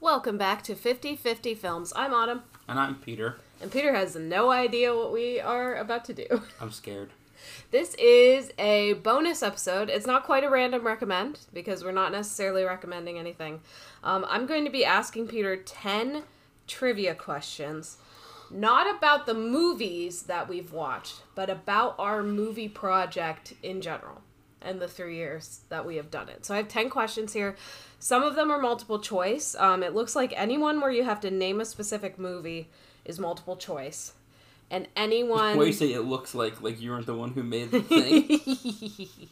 Welcome back to 50 50 Films. I'm Autumn, And I'm Peter. and Peter has no idea what we are about to do. I'm scared. This is a bonus episode. It's not quite a random recommend because we're not necessarily recommending anything. Um, I'm going to be asking Peter 10 trivia questions, not about the movies that we've watched, but about our movie project in general and the three years that we have done it. So I have 10 questions here. Some of them are multiple choice. Um, it looks like anyone where you have to name a specific movie is multiple choice. And anyone. Why you say it looks like like you weren't the one who made the thing?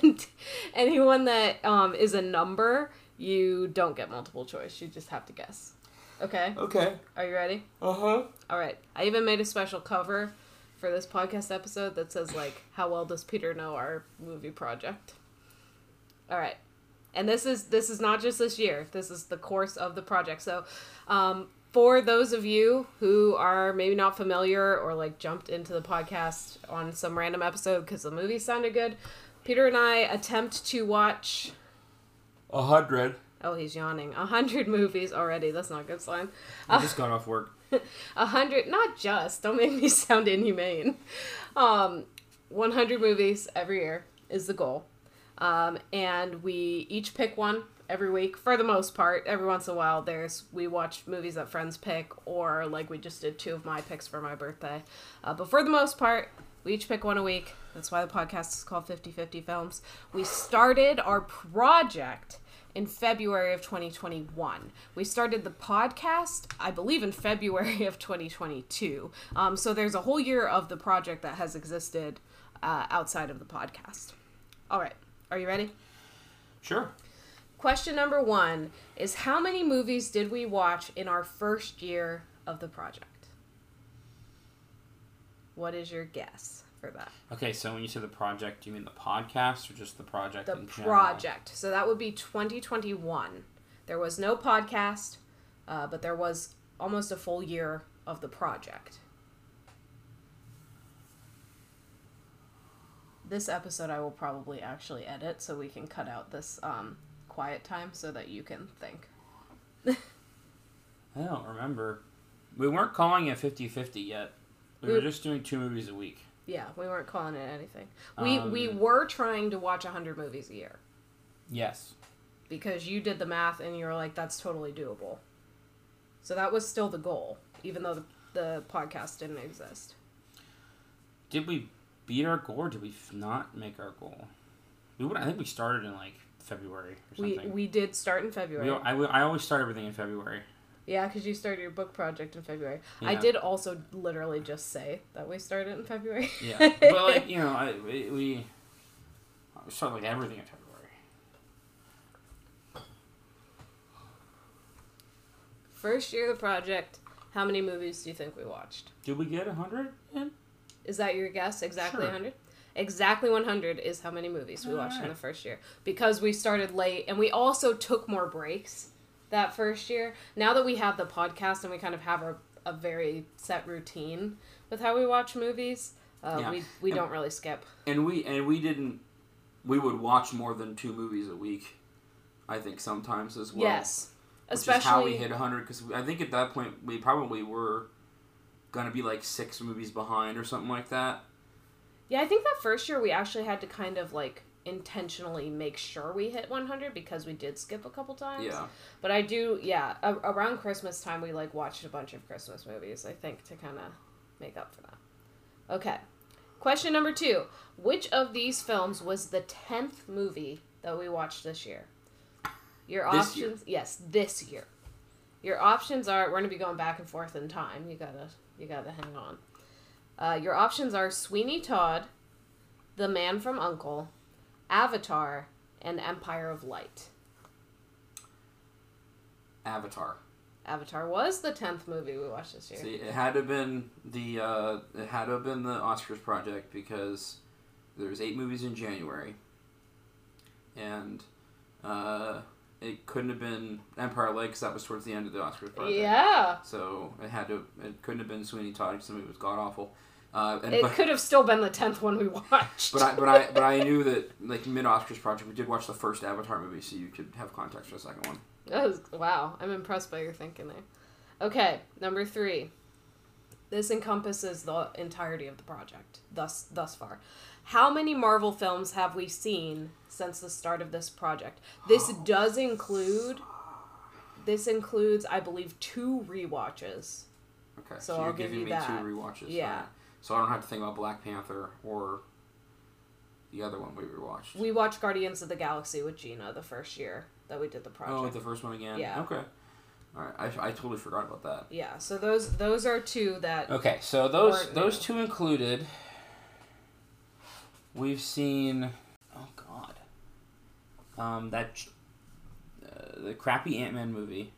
and anyone that um, is a number, you don't get multiple choice. You just have to guess. Okay? okay. Are you ready? Uh huh. All right. I even made a special cover for this podcast episode that says, like, how well does Peter know our movie project? All right. And this is this is not just this year. This is the course of the project. So, um, for those of you who are maybe not familiar or like jumped into the podcast on some random episode because the movie sounded good, Peter and I attempt to watch A hundred. Oh, he's yawning. A hundred movies already. That's not a good sign. I just got off work. A hundred, not just. Don't make me sound inhumane. Um, one hundred movies every year is the goal, um, and we each pick one every week for the most part. Every once in a while, there's we watch movies that friends pick, or like we just did two of my picks for my birthday. Uh, but for the most part, we each pick one a week. That's why the podcast is called 50 50 Films. We started our project in February of 2021. We started the podcast, I believe, in February of 2022. Um, so there's a whole year of the project that has existed uh, outside of the podcast. All right, are you ready? Sure. Question number one is How many movies did we watch in our first year of the project? What is your guess for that? Okay, so when you say the project, do you mean the podcast or just the project? the in general? project. So that would be 2021. There was no podcast, uh, but there was almost a full year of the project. This episode I will probably actually edit so we can cut out this um, quiet time so that you can think. I don't remember. We weren't calling it 50 50 yet. We were We- just doing two movies a week. Yeah, we weren't calling it anything. We we Um, were trying to watch 100 movies a year Yes. because you did the math and you were like that's totally doable. So that was still the goal even though the, the podcast didn't exist. Did we beat our goal or did we f- not make our goal? We would, I think we started in like February or We something. we did start in We, February. Yeah, 'cause I, I always start everything in February. yeah, because you started your book project in February. I Yeah. did also literally just say that we started in February. Yeah, but like you know, I, we, we we started like everything in February. First year of the project, how many movies do you think we watched? Did we get hundred? Is that your guess? Exactly Sure. 100? Exactly 100 is how many movies we watched in the Alright. first year because we started late and we also took more breaks that first year. Now that we have the podcast and we kind of have a, a very set routine with how we watch movies, uh, Yeah. we, we And- don't really skip. And we and we didn't. We would watch more than two movies a week. I think sometimes as well. yes. which Especially is how we hit hundred because I think at that point we probably were gonna be like six movies behind or something like that. Yeah, I think that first year we actually had to kind of like intentionally make sure we hit 100 because we did skip a couple times. Yeah, But I do, yeah. A- around Christmas time, we like watched a bunch of Christmas movies. I think to kind of make up for that. Okay. Question number two: Which of these films was the tenth movie that we watched this year? Your This year? options, yes, this year. Your options are we're gonna be going back and forth in time. You gotta, you gotta hang on. Uh, your options are Sweeney Todd, The Man from Uncle, Avatar, and Empire of Light. Avatar. Avatar was the tenth movie we watched this year. See, it had to have been the uh, it had to have been the Oscars project because there was eight movies in January, and uh, it couldn't have been Empire Light 'cause that was towards the end of the Oscars project. yeah, So it had to it couldn't have been Sweeney Todd because the movie was god awful. Uh, and, It but, could have still been the tenth one we watched. but I but I but I knew that like mid Oscars project we did watch the first Avatar movie, so you could have context for the second one. That was, wow, I'm impressed by your thinking there. Okay, number three. This encompasses the entirety of the project thus thus far. How many Marvel films have we seen since the start of this project? Oh, This does include. This includes, I believe, two rewatches. Okay, So I'll you're give giving you me that. two rewatches. Yeah. Alright. So I don't have to think about Black Panther or the other one we rewatched. We watched Guardians of the Galaxy with Gina the first year that we did the project. oh, the first one again. Yeah. Okay. All right. I, I totally forgot about that. yeah, so those those are two that Okay, so those Or- those two included, we've seen. Oh God. Um, that ch- uh, the crappy Ant Man movie.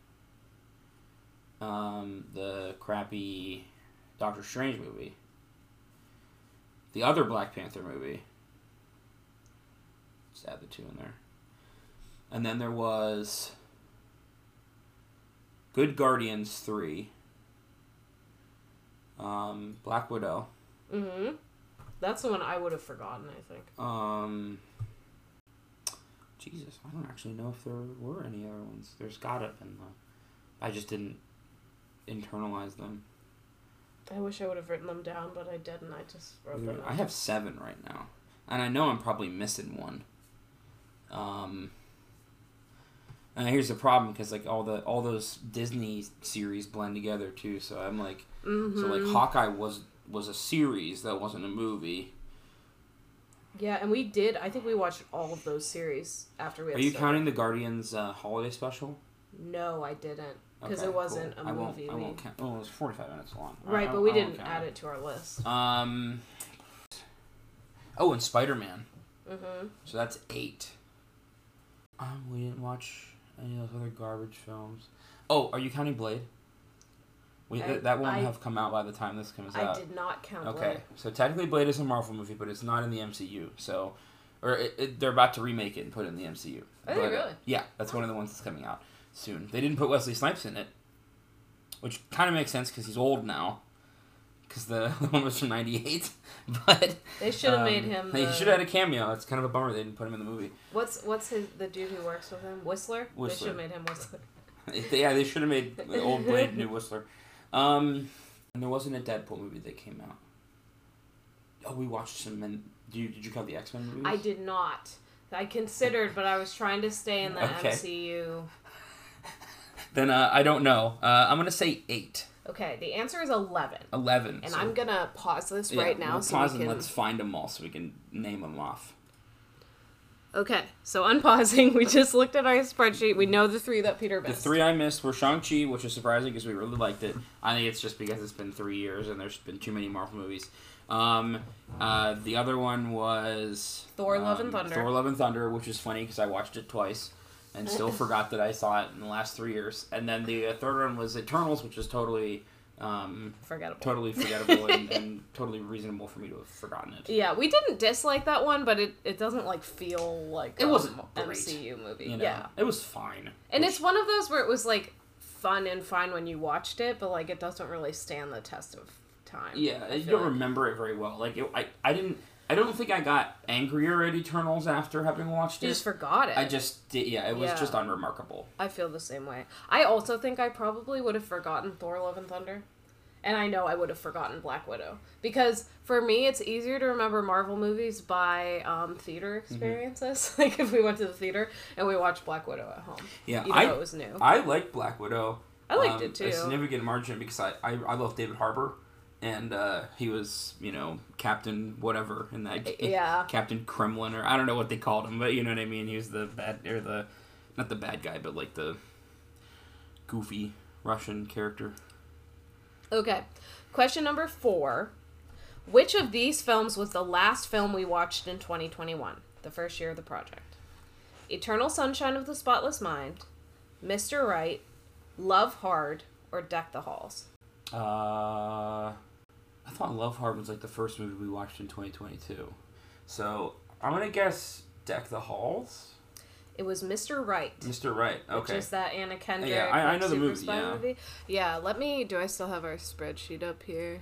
Um, the crappy Doctor Strange movie. The other Black Panther movie. Just add the two in there. And then there was. Good Guardians three. Um, Black Widow. hmm That's the one I would have forgotten, I think. Um, Jesus, I don't actually know if there were any other ones. There's gotta have been though. I just didn't internalize them. I wish I would have written them down, but I didn't. I just wrote them. I have seven right now, and I know I'm probably missing one. Um, and here's the problem because like all the all those Disney series blend together too. So I'm like, Mm-hmm. so like Hawkeye was was a series that wasn't a movie. yeah, and we did. I think we watched all of those series after we. Are Had you started. counting the Guardians uh, holiday special? No, I didn't, because Okay, it wasn't cool. a I won't- movie. I we- won't count. Well, it was forty-five minutes long. I- right, I- but we I won't didn't count add it to our list. Um. Oh, and Spider-Man. Mm-hmm. So that's eight. Um, we didn't watch any of those other garbage films. Oh, are you counting Blade? We I- th- that won't I- have come out by the time this comes I out. did not count. Okay, Blade. so technically Blade is a Marvel movie, but it's not in the MCU. So, or it, it, they're about to remake it and put it in the MCU. Are they But, uh, really? Yeah, that's one of the ones that's coming out soon. They didn't put Wesley Snipes in it, which kind of makes sense because he's old now. Because the, the one was from '98, but They should have um, made him. They the- should have had a cameo. It's kind of a bummer they didn't put him in the movie. What's what's his the dude who works with him? Whistler. They should Whistler. have made him Whistler. yeah, they should have made the old Blade new Whistler. Um, and there wasn't a Deadpool movie that came out. Oh, we watched some. And do you, did you count the X Men movies? I did not. I considered, but I was trying to stay in the Okay. MCU. Then uh, I don't know. Uh, I'm gonna say eight, Okay, the answer is eleven, eleven. and so- I'm gonna pause this yeah, right now we'll so pause we and can. let's find them all so we can name them off. Okay, so unpausing, we just looked at our spreadsheet. We know the three that Peter The missed. three I missed were Shang Chi, which is surprising because we really liked it. I think it's just because it's been three years and there's been too many Marvel movies. Um, uh, the other one was Thor: Love and um, Thunder. Thor: Love and Thunder, which is funny because I watched it twice and still forgot that I saw it in the last three years. And then the uh, third one was Eternals, which is totally, um, Forgettable. totally forgettable and, and totally reasonable for me to have forgotten it. Yeah, we didn't dislike that one, but it, it doesn't like feel like It a wasn't great, MCU movie. You know, Yeah, it was fine. and Which- it's one of those where it was like fun and fine when you watched it, but like it doesn't really stand the test of time. Yeah, I you feel don't like. remember it very well. Like it, I, I didn't. I don't think I got angrier at Eternals after having watched You it. just forgot it. I just did. Yeah, it was Yeah. just unremarkable. I feel the same way. I also think I probably would have forgotten Thor Love and Thunder. And I know I would have forgotten Black Widow. Because for me, it's easier to remember Marvel movies by um, theater Mm-hmm. experiences. like if we went to the theater and we watched Black Widow at home. Yeah, Even though it I, was new. I liked Black Widow. Um, I liked it, too. A significant margin because I, I, I love David Harbour, and uh, he was you know Captain whatever in that game. Yeah. Captain Kremlin or I don't know what they called him, but you know what I mean. He was the bad or the, not the bad guy, but like the goofy Russian character. Okay. Question number four. Which of these films was the last film we watched in 2021, the first year of the project? Eternal Sunshine of the Spotless Mind, Mr. Right, Love Hard, or Deck the Halls? Uh, I thought Love Hard was like the first movie we watched in 2022. So I'm gonna guess Deck the Halls. It was Mr. Right. Mr. Right. Mm, Okay. Which is that Anna Kendrick Yeah, I- I like, know the super movie, spy yeah. movie. Yeah, let me. Do I still have our spreadsheet up here?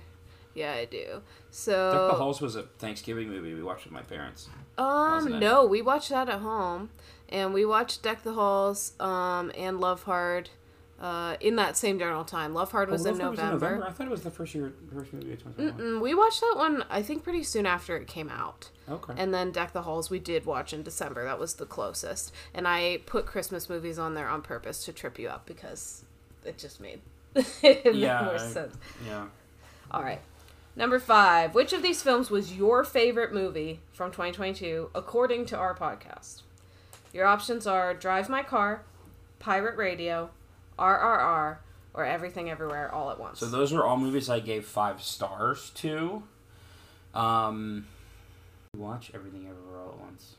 Yeah, I do. Deck the So, Halls was a Thanksgiving movie we watched with my parents. wasn't it? um, no, we watched that at home, and we watched Deck the Halls, um, and Love Hard, uh, in that same general time. Love Hard was, Oh, in, Love Hard November. I thought it was the first year, first movie of 2021. Mm, We watched that one, I think, pretty soon after it came out. Okay. And then Deck the Halls we did watch in December. That was the closest. And I put Christmas movies on there on purpose to trip you up because it just made it Yeah, made more I- sense. yeah. All right. Number five. Which of these films was your favorite movie from 2022 according to our podcast? Your options are Drive My Car, Pirate Radio, RRR, or Everything Everywhere All at Once. So those are all movies I gave five stars to. Um, watch everything everywhere all at once. Is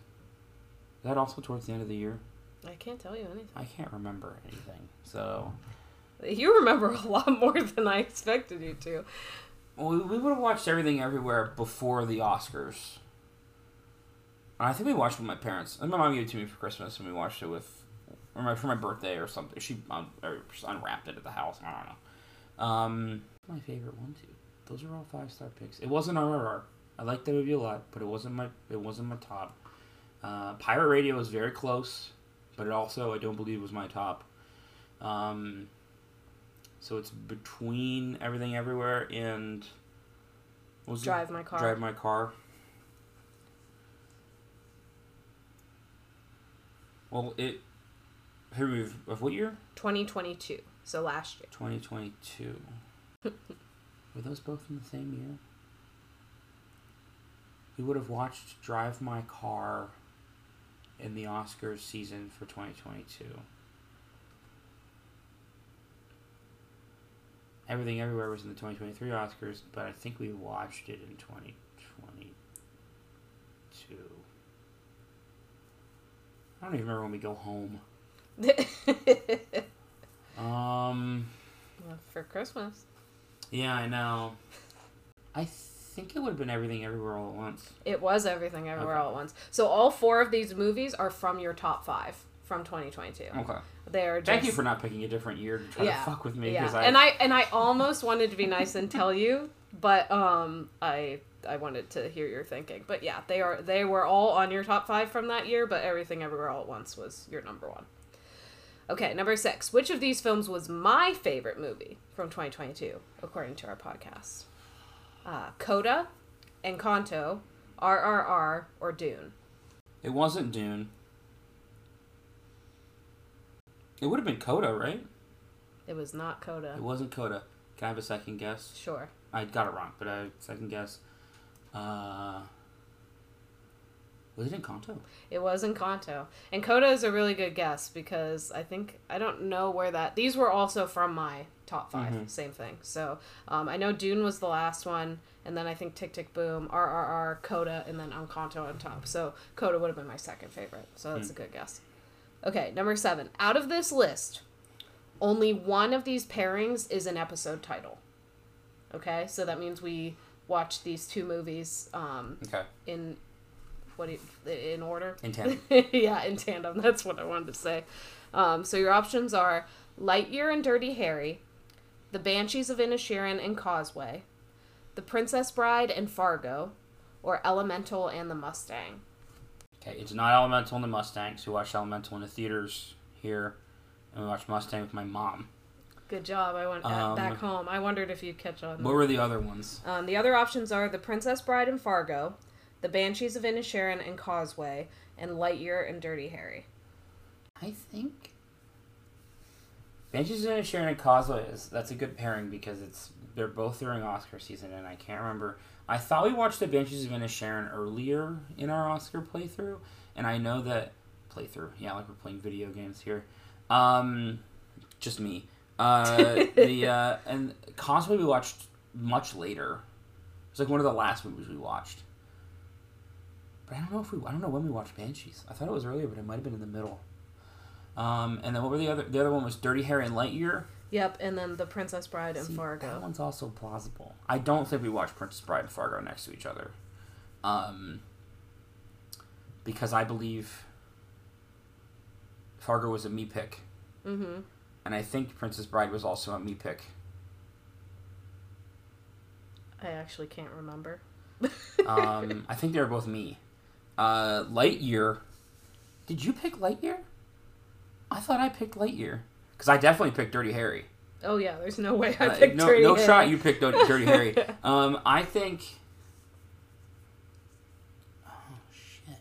that also towards the end of the year? I can't tell you anything. I can't remember anything. So You remember a lot more than I expected you to. well, we, we would have watched everything everywhere before the Oscars. And I think we watched it with my parents. And my mom gave it to me for Christmas, and we watched it with, or my, for my birthday or something. She, un, or she unwrapped it at the house. I don't know. Um, my favorite one too. Those are all five star picks. It wasn't RRR. I liked that movie a lot, but it wasn't my it wasn't my top. Uh, Pirate Radio was very close, but it also I don't believe was my top. Um, so it's between Everything Everywhere and what was it? Drive My Car. Drive My Car. Well, it. Here we've of what year? 2022. So last year. Twenty twenty two. Were those both in the same year? We would have watched Drive My Car in the Oscars season for twenty twenty two. Everything Everywhere was in the 2023 Oscars, but I think we watched it in 2022. I don't even remember when we go home. Um, For Christmas. Yeah, I know. I think it would have been everything everywhere all at once. It was Everything Everywhere Okay. All at Once. So all four of these movies are from your top five from 2022. Okay. They are just. Mm. Thank you for not picking a different year to try Yeah, to fuck with me Yeah. because I, And I and I almost wanted to be nice and tell you, but um I I wanted to hear your thinking. But yeah, they are they were all on your top 5 from that year, but Everything Everywhere All at Once was your number 1. Okay, number 6. Which of these films was my favorite movie from 2022 according to our podcast? Uh, Coda, Encanto, RRR, or Dune? it wasn't Dune. It would have been Coda, right? It was not Coda. It wasn't Coda. Can I have a second guess? Sure. I got it wrong, but I second guess. Uh, was it Encanto? It was Encanto. And Coda is a really good guess because I think I don't know where that these were also from my top 5 Mhm. same thing. So um, I know Dune was the last one, and then I think Tick Tick Boom, RRR, Coda, and then Encanto on top. So Coda would have been my second favorite. So that's a good guess. Okay, number seven. Out of this list, only one of these pairings is an episode title. Okay, so that means we watch these two movies um, Okay. in what do you, in order. In tandem. yeah, in tandem. That's what I wanted to say. Um, so your options are Lightyear and Dirty Harry, The Banshees of Inisherin and Causeway, The Princess Bride and Fargo, or Elemental and the Mustang. Okay, it's not Elemental and the Mustang, so we watched Elemental in the theaters here, and we watched Mustang with my mom. Good job. I went Um, back home. I wondered if you'd catch on. What were the other ones? Um, the other options are The Princess Bride and Fargo, The Banshees of Inisherin and Causeway, and Lightyear and Dirty Harry. I think Banshees and Sharon and Causeway is that's a good pairing because it's they're both during Oscar season, and I can't remember. I thought we watched the Banshees of Sharon earlier in our Oscar playthrough, and I know that playthrough. Yeah, like we're playing video games here. Um, just me. Uh, the uh, and Causeway we watched much later. It was like one of the last movies we watched. But I don't know if we I don't know when we watched Banshees. I thought it was earlier, but it might have been in the middle. Um, and then what were the other? The other one was Dirty Harry and Lightyear. Yep, and then The Princess Bride and See, That Fargo. one's also plausible. I don't think we watched Princess Bride and Fargo next to each other, um, because I believe Fargo was a me pick, Mm-hmm. and I think Princess Bride was also a me pick. I actually can't remember. um, I think they were both me. Uh, Lightyear. Did you pick Lightyear? I thought I picked Lightyear because I definitely picked Dirty Harry. Oh yeah, there's no way I Uh, picked no, Dirty no Harry. shot. You picked Dirty Dirty Harry. Um, I think. Oh shit!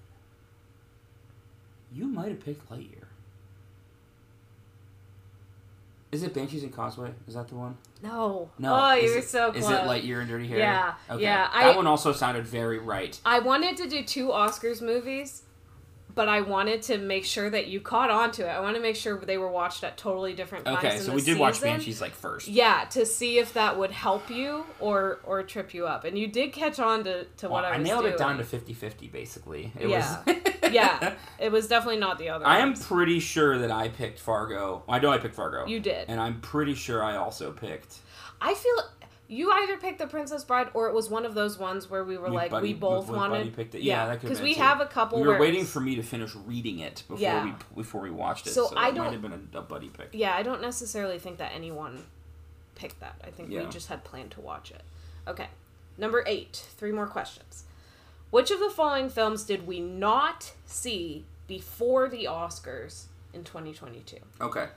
You might have picked Lightyear. Is it Banshees and Causeway? Is that the one? No. No. Oh, is you were it- so close. Is it Lightyear and Dirty Harry? Yeah, Okay. yeah, That I- one also sounded very right. I wanted to do two Oscars movies, but I wanted to make sure that you caught on to it. I want to make sure they were watched at totally different times. Okay, in the so we did watch season. Banshees like first. Yeah, to see if that would help you or or trip you up, and you did catch on to, to Well, what I I was nailed doing. it down to 50-50, basically. It Yeah. was yeah, it was definitely not the other. I am ones. pretty sure that I picked Fargo. I know I picked Fargo. You did. And I'm pretty sure I also picked I feel you either picked the Princess Bride or it was one of those ones where we were We like buddy- we both we buddy wanted. picked it. Yeah, that could've because been we it, too. have a couple. We were where waiting it's- for me to finish reading it before Yeah. we before we watched it. So So, I it don't- might have been a, a buddy pick. Yeah, I don't necessarily think that anyone picked that. I think we Yeah. just had planned to watch it. Okay, number eight. Three more questions. Which of the following films did we not see before the Oscars in 2022? Okay.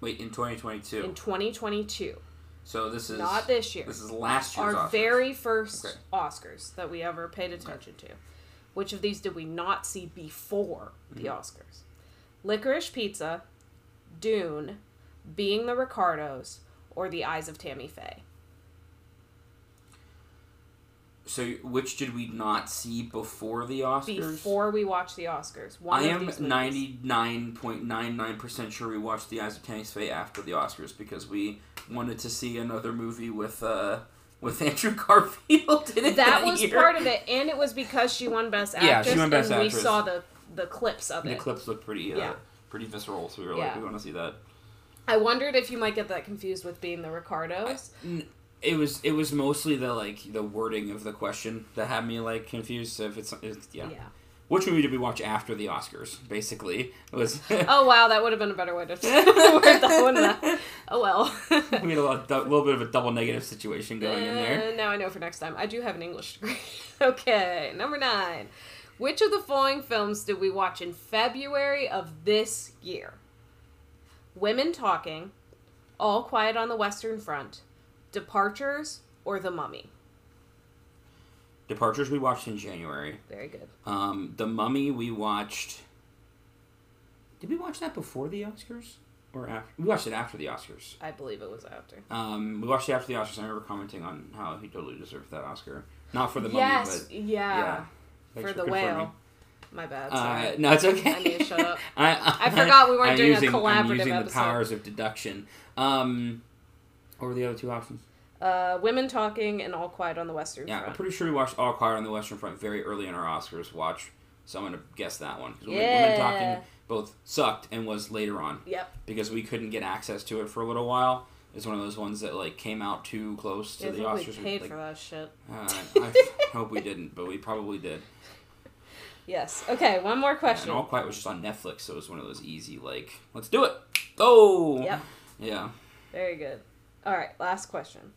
Wait, in 2022. In 2022, so this is not this year. This is last year's our Oscars. very first Okay. Oscars that we ever paid attention to. Which of these did we not see before Mm-hmm. the Oscars? Licorice Pizza, Dune, Being the Ricardos, or The Eyes of Tammy Faye? So which did we not see before the Oscars? Before we watch the Oscars, one I of am these movies. ninety nine point nine nine percent sure we watched The Eyes of Tammy Faye after the Oscars because we wanted to see another movie with uh with Andrew Garfield in it. That, was part of it, and it was because she won Best Actress. Yeah, she won Best and Actress. We saw the the clips of The it. clips look pretty uh, Yeah. pretty visceral, so we were Yeah. like, we want to see that. I wondered if you might get that confused with Being the Ricardos. It was it was mostly the like the wording of the question that had me like confused. If it's, it's yeah. yeah. which movie did we watch after the Oscars? Basically, was Oh wow, that would have been a better way to word that one. Out. Oh well. we had a lot, a little bit of a double negative situation going in there. Uh, now I know for next time. I do have an English degree. okay, number nine. Which of the following films did we watch in February of this year? Women Talking, All Quiet on the Western Front, Departures, or The Mummy? Departures we watched in January. Very good. Um, the Mummy we watched. Did we watch that before the Oscars or after? We watched it after the Oscars. I believe it was after. Um, we watched it after the Oscars. I remember commenting on how he totally deserved that Oscar, not for the yes, Mummy, yeah. but yeah. Thanks For the confirming. whale. My bad. Sorry. Uh, no, it's okay. I need to shut up. I, I, I forgot we weren't I'm doing a using, collaborative I'm using the episode. powers of deduction. Um, what were the other two options? uh, Women Talking and All Quiet on the Western Yeah, I'm Front. pretty sure we watched All Quiet on the Western Front very early in our Oscars watch, so I'm gonna guess that one because Yeah. women talking both sucked and was later on Yep. because we couldn't get access to it for a little while. It's one of those ones that like came out too close to I the think Oscars. we paid like, for that shit. uh, I hope we didn't, but we probably did. Yes. Okay, one more question. And All Quiet was just on Netflix, so it was one of those easy like, let's do it. Oh, Yep. yeah. Very good. All right, last question.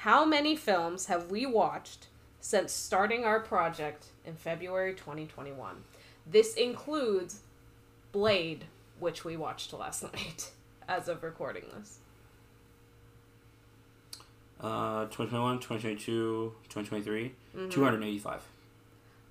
How many films have we watched since starting our project in February 2021? This includes Blade, which we watched last night as of recording this. Uh, 2021, 2022, 2023, 285.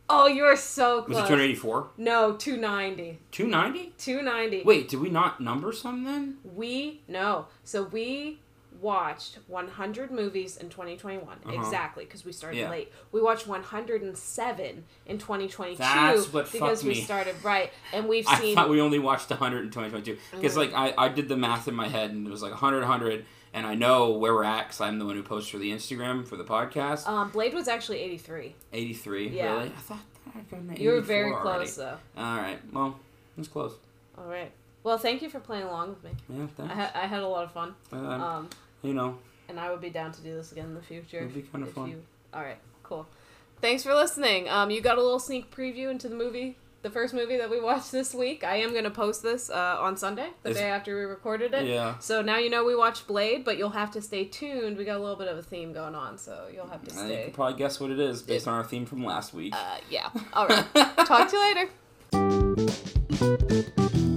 Oh, you're so Was it Mm-hmm. close. 284? no, 290. 290? 290. Wait, did we not number some then? We no. So we watched 100 movies in 2021 exactly because we started Uh-huh. Yeah. late. We watched 107 in 2022 That's what because fucked we me. started right, and we've I seen Mm-hmm. thought we only watched 100 in 2022. Because, like, I, I did the math in my head and it was like 100, 100, and I know where we're at because I'm the one who posts for the Instagram for the podcast. um, Blade was actually 83. 83, yeah. really? I thought that I'd gotten to You were very 84 already. close though. All right, well, it was close. All right. Well, thank you for playing along with me. Yeah, I, thanks. ha- I had a lot of fun, Um, um, you know, and I would be down to do this again in the future. It'd be kinda if fun. you- All right, cool. Thanks for listening. Um, you got a little sneak preview into the movie the first movie that we watched this week. I am gonna post this uh, on Sunday, the It's- day after we recorded it. Yeah. So now you know we watched Blade, but you'll have to stay tuned. We got a little bit of a theme going on, so you'll have to And you stay. can probably guess what it is based on our theme from last week. Oh, Uh, yeah. All right. Talk to you later.